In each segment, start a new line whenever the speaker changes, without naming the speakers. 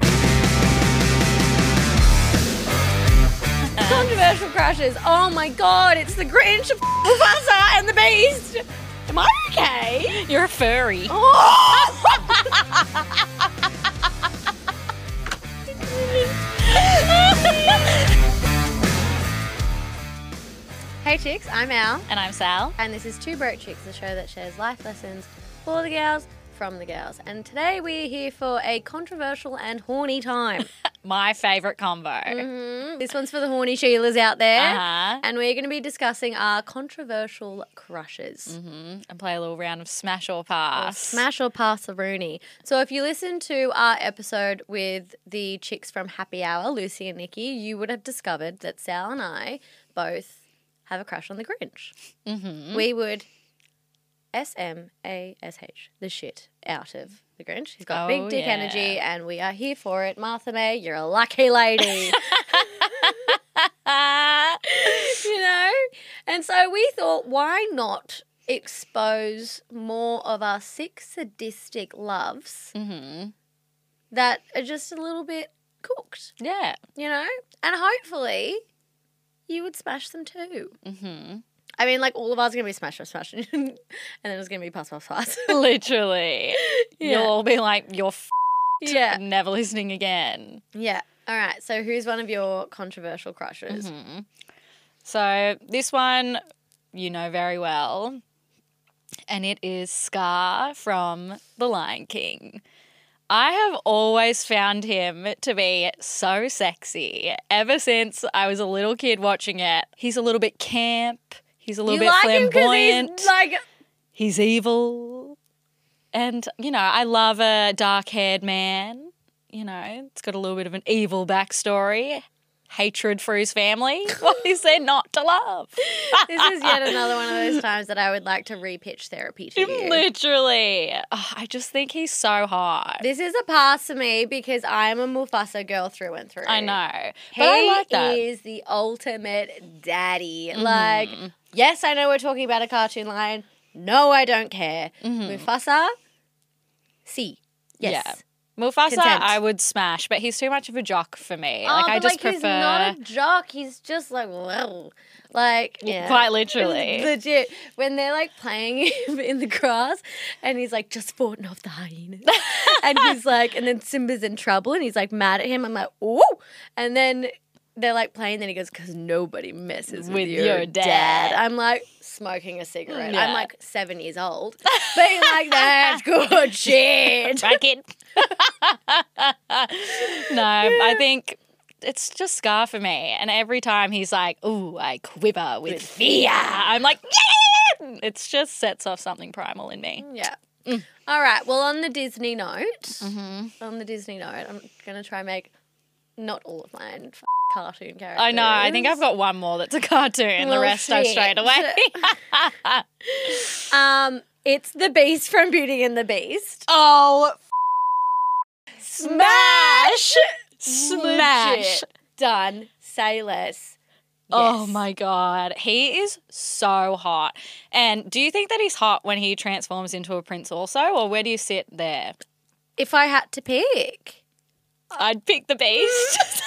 Uh, Universal crashes. Oh my god, it's the Grinch, Mufasa, and the Beast. Am I okay?
You're a furry.
Oh! hey chicks, I'm Al,
And I'm Sal.
and this is Two Broke Chicks, the show that shares life lessons for the girls from the girls. And today we're here for a controversial and horny time.
My favourite combo.
Mhm. This one's for the horny Sheilas out there.
Uh-huh.
And we're going to be discussing our controversial crushes.
Mm-hmm. And play a little round of smash or pass.
Smash or pass the Rooney. So, if you listened to our episode with the chicks from Happy Hour, Lucy and Nikki, you would have discovered that Sal and I both have a crush on the Grinch. Mm-hmm. We would S M A S H the shit out of the Grinch. He's got
Oh,
big dick
yeah.
energy, and we are here for it. Martha May, you're a lucky lady.
Ah.
you know? And so we thought, why not expose more of our sick, sadistic loves
Mhm.
that are just a little bit cooked,
Yeah.
you know? And hopefully you would smash them too.
hmm
I mean, like all of ours are going to be smash, smash, smash, and then it's going to be pass, pass, pass.
Literally.
Yeah.
You'll all be like, you're f-
yeah.
never listening again.
Yeah. All right. So who's one of your controversial crushes?
So this one you know very well. And it is Scar from The Lion King. I have always found him to be so sexy ever since I was a little kid watching it. He's a little bit camp, he's a little
You
bit
like him
flamboyant,
because he's like
he's evil. And, you know, I love a dark haired man. You know, it's got a little bit of an evil backstory, hatred for his family. What is there not to love?
this is yet another one of those times that I would like to repitch therapy to you.
Literally. Oh, I just think he's so hot.
This is a pass for me because I'm a Mufasa girl through and through.
I know.
He
But I like that.
is the ultimate daddy. Like, yes, I know we're talking about a cartoon lion. No, I don't care. Mufasa, see. Yes.
Yeah. Mufasa,
Consent.
I would smash, but he's too much of a jock for me.
Oh,
like, I
but,
just
like,
prefer.
He's not a jock. He's just like, whoa. Like, yeah.
Quite literally.
Legit. When they're like playing him in the grass and he's like, just fought off the hyenas. and he's like, and then Simba's in trouble and he's like mad at him. I'm like, ooh. And then they're like playing, then he goes, because nobody messes with,
With
your,
your
dad.
dad.
I'm like, smoking a cigarette. I'm
Yeah.
like seven years old. Being like, that's good shit.
Crack it. no, I think it's just Scar for me. And every time he's like, ooh, I quiver with, fear, I'm like, yeah! It's just sets off something primal in me.
Yeah.
Mm.
All right. Well, on the Disney note, on the Disney note, I'm gonna try and make not all of mine f- cartoon characters.
I know. I think I've got one more that's a cartoon. the
Well,
rest I've
shit.
straight away.
Um, it's the Beast from Beauty and the Beast.
oh,
Smash,
smash.
done. Say less.
Oh
Yes.
my god, he is so hot. And do you think that he's hot when he transforms into a prince also or where do you sit there?
If I had to pick,
I'd pick the beast.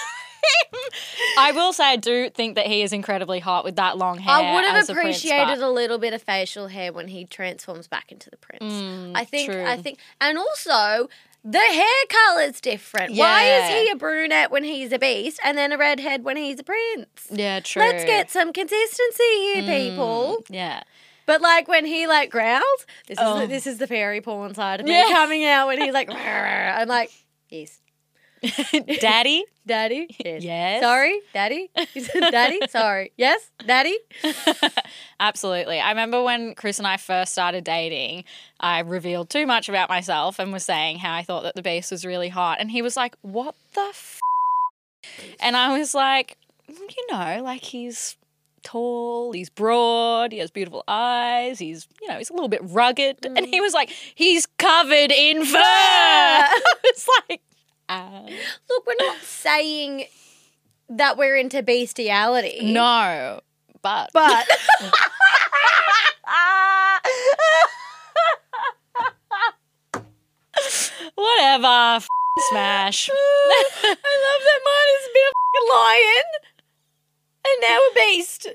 I will say I do think that he is incredibly hot with that long hair.
I would have
as a prince,
appreciated
but-
a little bit of facial hair when he transforms back into the prince. I think. I
Mm, true.
think, and also. The hair colour's different. Why is
Yeah.
he a brunette when he's a beast and then a redhead when he's a prince?
Yeah, true. Mm,
Let's get some consistency here, people.
Yeah.
But like when he like growls, this is the,
Oh.
this is the fairy porn side of me
Yeah.
coming out. When he's like, I'm like, yes,
Daddy?
daddy, yes,
Yes.
sorry, daddy, You said daddy, sorry, yes, daddy.
Absolutely. I remember when Chris and I first started dating, I revealed too much about myself and was saying how I thought that the beast was really hot. And he was like, What the f? And I was like, "Mm, You know, like he's tall, he's broad, he has beautiful eyes, he's, you know, he's a little bit rugged. And he was like, He's covered in Mm. fur. I was like, "Ah."
Look, we're not saying that we're into bestiality.
No, but.
but
Whatever. F- smash.
I love that mine is a bit of a lion. And
am now a beast.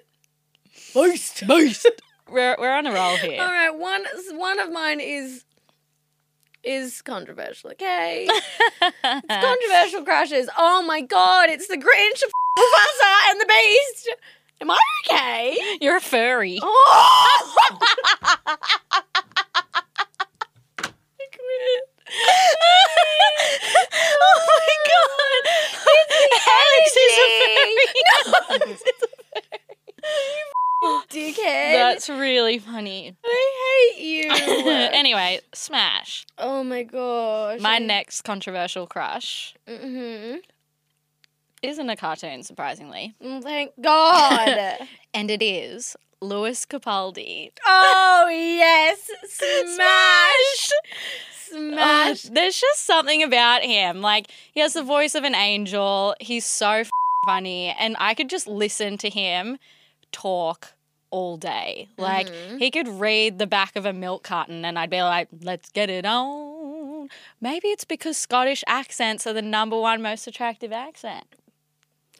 Beast, beast.
We're, we're on a roll here.
All right, one one of mine is is controversial. Okay, it's controversial crushes. Oh my god, it's the Grinch, Mufasa, and the Beast. Am I okay?
You're a furry.
Oh!
oh my god! Alex is a furry.
Dickhead.
That's really funny.
I hate you.
anyway, Smash.
oh my gosh.
My next controversial crush
hmm
isn't a cartoon, surprisingly,
Mm, Thank God.
and it is Lewis Capaldi.
oh yes, smash,
Ugh,
smash.
Uh, there's just something about him. Like he has the voice of an angel. He's so f- funny, and I could just listen to him talk all day. Like
Mhm.
he could read the back of a milk carton, and I'd be like, "Let's get it on." Maybe it's because Scottish accents are the number one most attractive accent.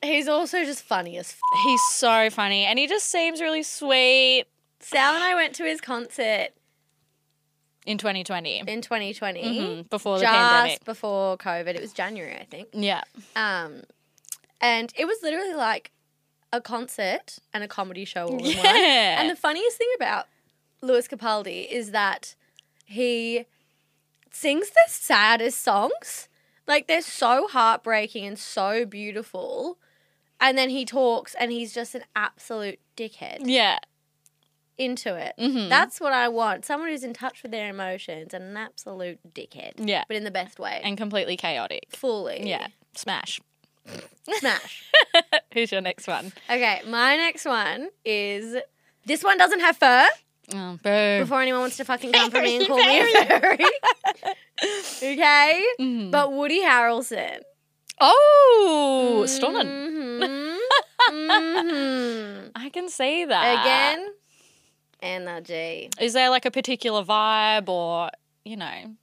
He's also just funny as. F-
He's so funny, and he just seems really sweet.
Sal and I went to his concert
In 2020,
in 2020,
Mhm, before
just
the pandemic,
before COVID. It was January, I think.
yeah,
Um, and it was literally like a concert and a comedy show all in one.
yeah,
And the funniest thing about Lewis Capaldi is that he sings the saddest songs. Like they're so heartbreaking and so beautiful. And then he talks and he's just an absolute dickhead
yeah.
into it.
mhm.
That's what I want. Someone who's in touch with their emotions and an absolute dickhead.
Yeah.
But in the best way.
and completely chaotic.
Fully.
Yeah, smash.
Smash.
Who's your next one?
okay, my next one is this one doesn't have fur.
Oh, boo.
before anyone wants to fucking come for me and call me a fairy. okay?
Mhm.
But Woody Harrelson.
oh, stolen.
Mhm. Mhm.
I can see that.
Again, energy.
Is there like a particular vibe or, you know?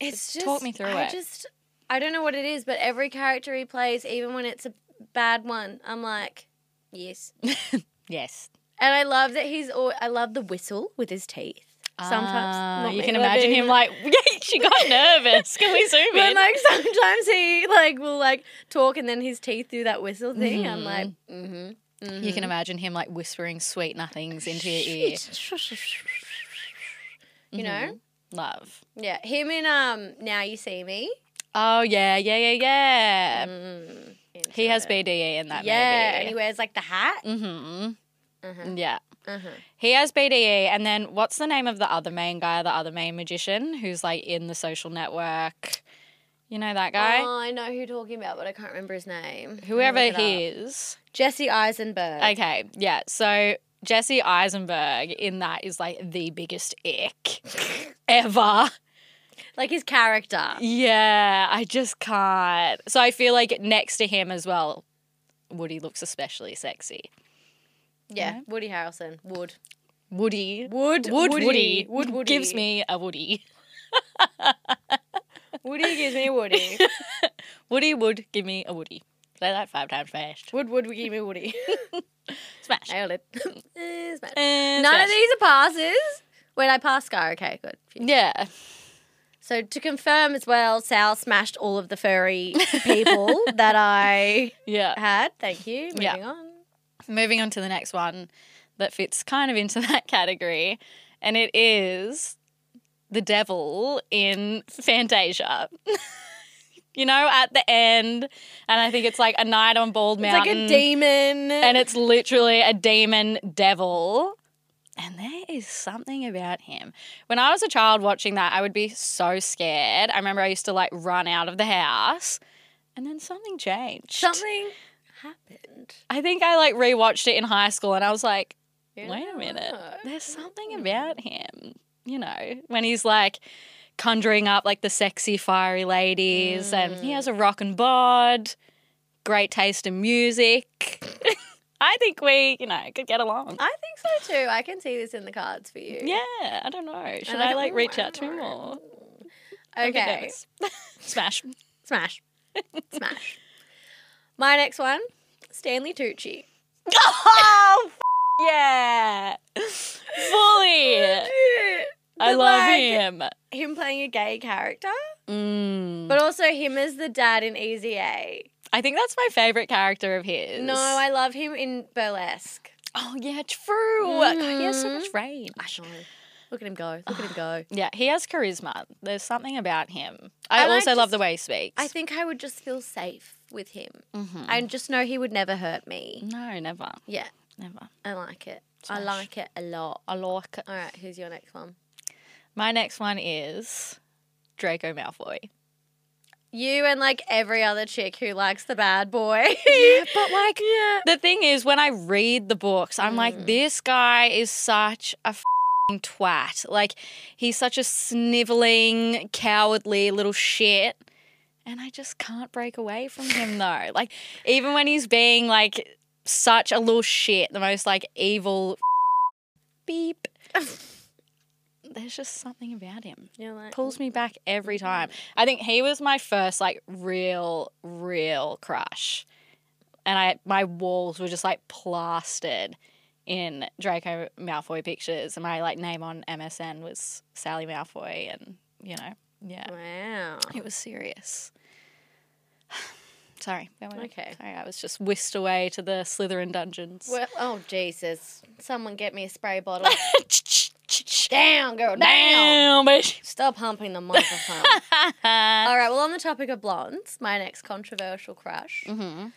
It's just.
Talk me through
I
it.
just. I don't know what it is, but every character he plays, even when it's a bad one, I'm like, yes.
Yes.
And I love that he's. All, I love the whistle with his teeth. Sometimes
Ah,
not
you
me,
can
that'd
imagine
be-
him like, she got nervous. Can we zoom
But
in?
like sometimes he like will like talk and then his teeth do that whistle thing. I'm like, mm-hmm,
you can imagine him like whispering sweet nothings into your ear. Mm-hmm.
You know,
Love.
yeah. Him in um now you see me.
Oh, yeah, yeah, yeah, yeah.
Mm,
He has
into it.
BDE in that
yeah, and he
movie.
wears like the hat.
Mm-hmm.
Uh-huh,
Yeah.
uh-huh.
He has BDE, and then what's the name of the other main guy, the other main magician who's like in the social network? You know that guy?
Oh, I know who you're talking about, but I can't remember his name.
Whoever he is.
Jesse Eisenberg.
Okay, yeah. So Jesse Eisenberg in that is like the biggest ick ever.
like his character.
Yeah, I just can't. So I feel like next to him as well, Woody looks especially sexy.
Yeah, Woody Harrelson. Wood.
Woody.
Wood.
Wood Woody,
Wood Woody.
gives me a Woody.
Woody gives me Woody.
Woody would give me a Woody. Say that five times fast.
Wood would give me Woody.
Smash.
Nailed it. Eh, smash.
And
None of
smash.
these are passes. Wait, I passed Scar. Okay, good.
Yeah.
So to confirm as well, Sal smashed all of the furry people that I
Yeah.
had. Thank you. Moving
Yeah.
on.
Moving on to the next one that fits kind of into that category, and it is the devil in Fantasia. you know, at the end, and I think it's like a night on Bald
It's like
Mountain.
a demon.
And it's literally a demon devil. And there is something about him. When I was a child watching that, I would be so scared. I remember I used to like run out of the house, and then something changed.
something happened.
I think I like rewatched it in high school and I was like,
You
wait a
know
minute.
what?
There's something about him, you know, when he's like conjuring up like the sexy, fiery ladies and he has a rock and bod, great taste in music. I think we, you know, could get along.
I think so too. I can see this in the cards for you.
Yeah, I don't know. Should
like,
I like
"Oh,
reach
I
out to him
don't
or? I'm a bit
Okay.
nervous. Smash.
Smash. Smash. My next one, Stanley Tucci.
Oh, f- yeah. Fully. I
But,
love
like,
him.
Him playing a gay character,
Mm.
but also him as the dad in Easy A.
I think that's my favorite character of his.
No, I love him in Burlesque.
Oh, yeah, true. God, he has so much range.
Mm. I know. Look at him go. Look at him go.
Yeah, he has charisma. There's something about him. I
And I
also love
just-
the way he speaks.
I think I would just feel safe with him.
Mhm.
I just know he would never hurt me.
No, never.
Yeah,
Never.
I like it. I
Smash.
like it a lot.
I like it.
All right, who's your next one?
My next one is Draco Malfoy.
You and like every other chick who likes the bad boy.
But like the thing is when I read the books, I'm like this guy is such a fing twat. Like he's such a sniveling, cowardly little shit. And I just can't break away from him though. Like even when he's being like such a little shit, the most like evil beep. There's just something about him
You're like,
pulls me back every time. I think he was my first like real, real crush, and I my walls were just like plastered in Draco Malfoy pictures, and my like name on MSN was Sally Malfoy, and you know, yeah,
wow.
it was serious. Sorry, that went-
Okay.
Sorry, I was just whisked away to the Slytherin dungeons.
Well, oh Jesus! Someone get me a spray bottle. down, girl, down.
Damn, bitch.
Stop humping the microphone. All right. Well, on the topic of blondes, my next controversial crush,
mm-hmm. Oh,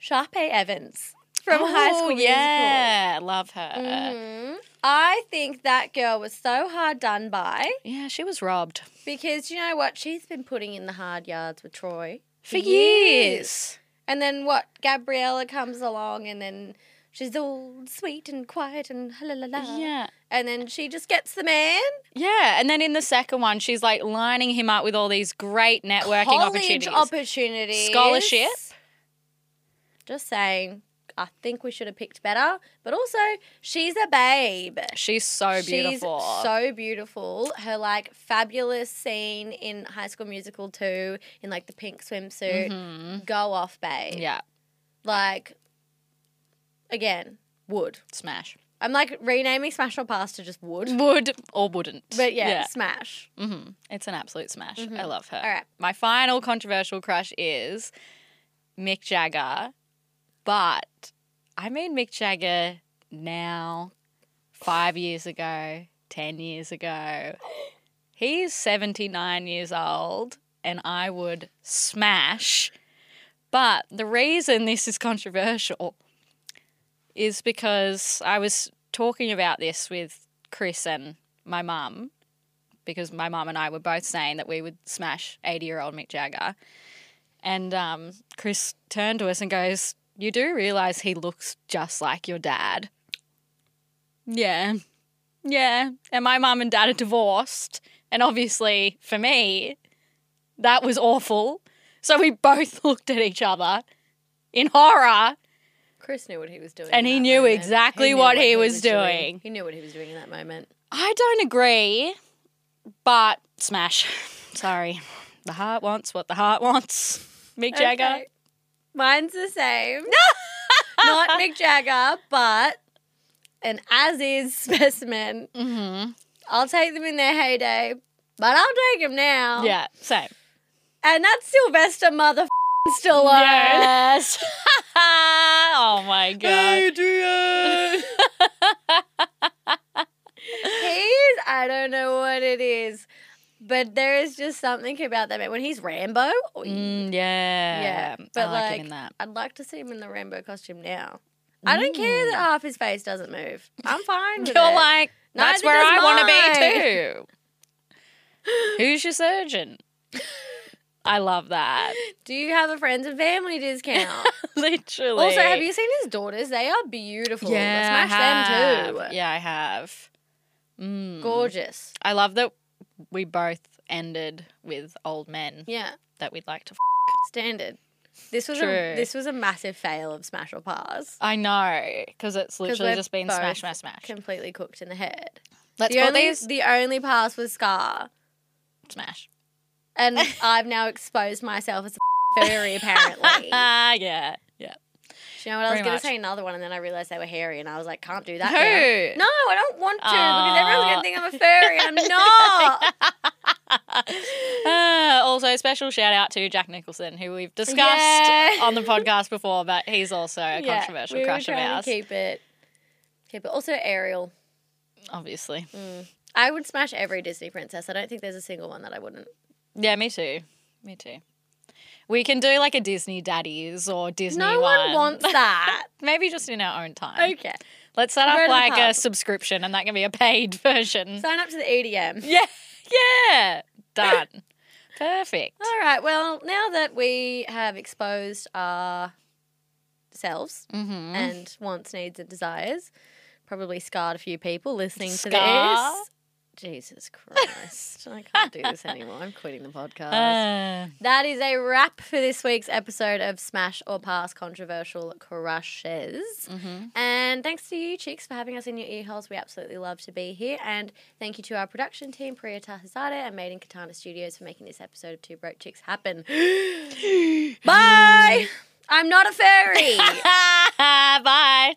Sharpay Evans from High School Musical.
Yeah, love her.
Mhm. I think that girl was so hard done by
Yeah, she was robbed
because you know what? She's been putting in the hard yards with Troy
for years.
And then what? Gabriella comes along and then she's all sweet and quiet and la la la.
Yeah.
And then she just gets the man.
Yeah, and then in the second one, she's like lining him up with all these great networking
College
opportunities.
opportunities.
Scholarship.
Just saying. I think we should have picked better. But also, she's a babe.
she's so beautiful.
She's so beautiful. Her like fabulous scene in High School Musical 2 in like the pink swimsuit.
Mhm.
Go off, babe.
Yeah,
Like again, wood.
smash.
I'm like renaming Smash or Pass to just wood.
Would or wouldn't.
But yeah, smash.
Mm. yeah. hmm It's an absolute smash. I love her.
Mm-hmm. All right.
My final controversial crush is Mick Jagger, but I mean Mick Jagger now, five years ago, 10 years ago. He's 79 years old, and I would smash. But the reason this is controversial is because I was talking about this with Chris and my mum because my mum and I were both saying that we would smash 80 year old Mick Jagger. And um, Chris turned to us and goes, You do realize he looks just like your dad. Yeah. Yeah. And my mum and dad are divorced. And obviously, for me, that was awful. So we both looked at each other in horror.
Chris knew what he was doing.
And
in
he
that
knew
moment.
exactly
knew
what he was doing.
He knew what he was doing in that moment.
I don't agree, but smash. Sorry. The heart wants what the heart wants. Mick Jagger.
Okay. Mine's the same. Not Mick Jagger, but an as is specimen.
Mm-hmm.
I'll take them in their heyday, but I'll take them now.
Yeah, same.
And that's Sylvester mother Stallone.
Yes. oh my god.
Adrian! he's, I don't know what it is, but there is just something about that man. When he's Rambo, oi.
Mm, yeah.
Yeah, but
I like, him
like-
in that.
I'd like to see him in the Rambo costume now. I don't care that half his face doesn't move. I'm fine with
Mm. You're
it.
like, that's
Neither
where
does
I
mine.
want to be too. Who's your surgeon? I love that.
Do you have a friends and family discount?
Literally.
also, have you seen his daughters? They are beautiful.
Yeah,
Smash
I
them
have.
too.
Yeah, I have. Mm.
Gorgeous.
I love that we both ended with old men
Yeah.
that we'd like to. F-
Standard. This was
True.
a this was a massive fail of Smash or Pass.
I know because it's literally
we're
just been
both
smash, smash, smash.
Completely cooked in the head.
Let's
The
call
only,
these
the only pass was Scar.
smash.
And I've now exposed myself as a furry, apparently.
Ah, yeah, yeah.
She You know what? I was
Pretty
going
much.
to say another one, and then I realized they were hairy, and I was like, can't do that.
Who?
now. No, I don't want to because everyone's going
Aw.
to think I'm a furry, and I'm not.
Uh, also, special shout out to Jack Nicholson, who we've discussed
Yeah.
on the podcast before, but he's also a
Yeah,
controversial
we were
crush of
trying to
ours.
Keep it. Keep it. Also, Ariel.
Obviously,
I would smash every Disney princess. I don't think there's a single one that I wouldn't.
yeah, me too, me too. We can do like a Disney daddies or Disney.
no one wants that.
Maybe just in our own time.
okay.
Let's set up
Right on
like a
top.
subscription, and that can be a paid version.
Sign up to the E EDM.
yeah, yeah, done. Perfect.
All right. Well, now that we have exposed our selves
Mm-hmm.
and wants, needs, and desires, probably scarred a few people listening
Scar?
to this. Jesus Christ. I can't do this anymore. I'm quitting the podcast.
Uh,
That is a wrap for this week's episode of Smash or Pass Controversial Crushes.
mhm.
And thanks to you, Chicks, for having us in your ear holes. We absolutely love to be here. And thank you to our production team, Priya Tahazade and Made in Katana Studios, for making this episode of Two Broke Chicks happen. Bye! I'm not a fairy!
Bye.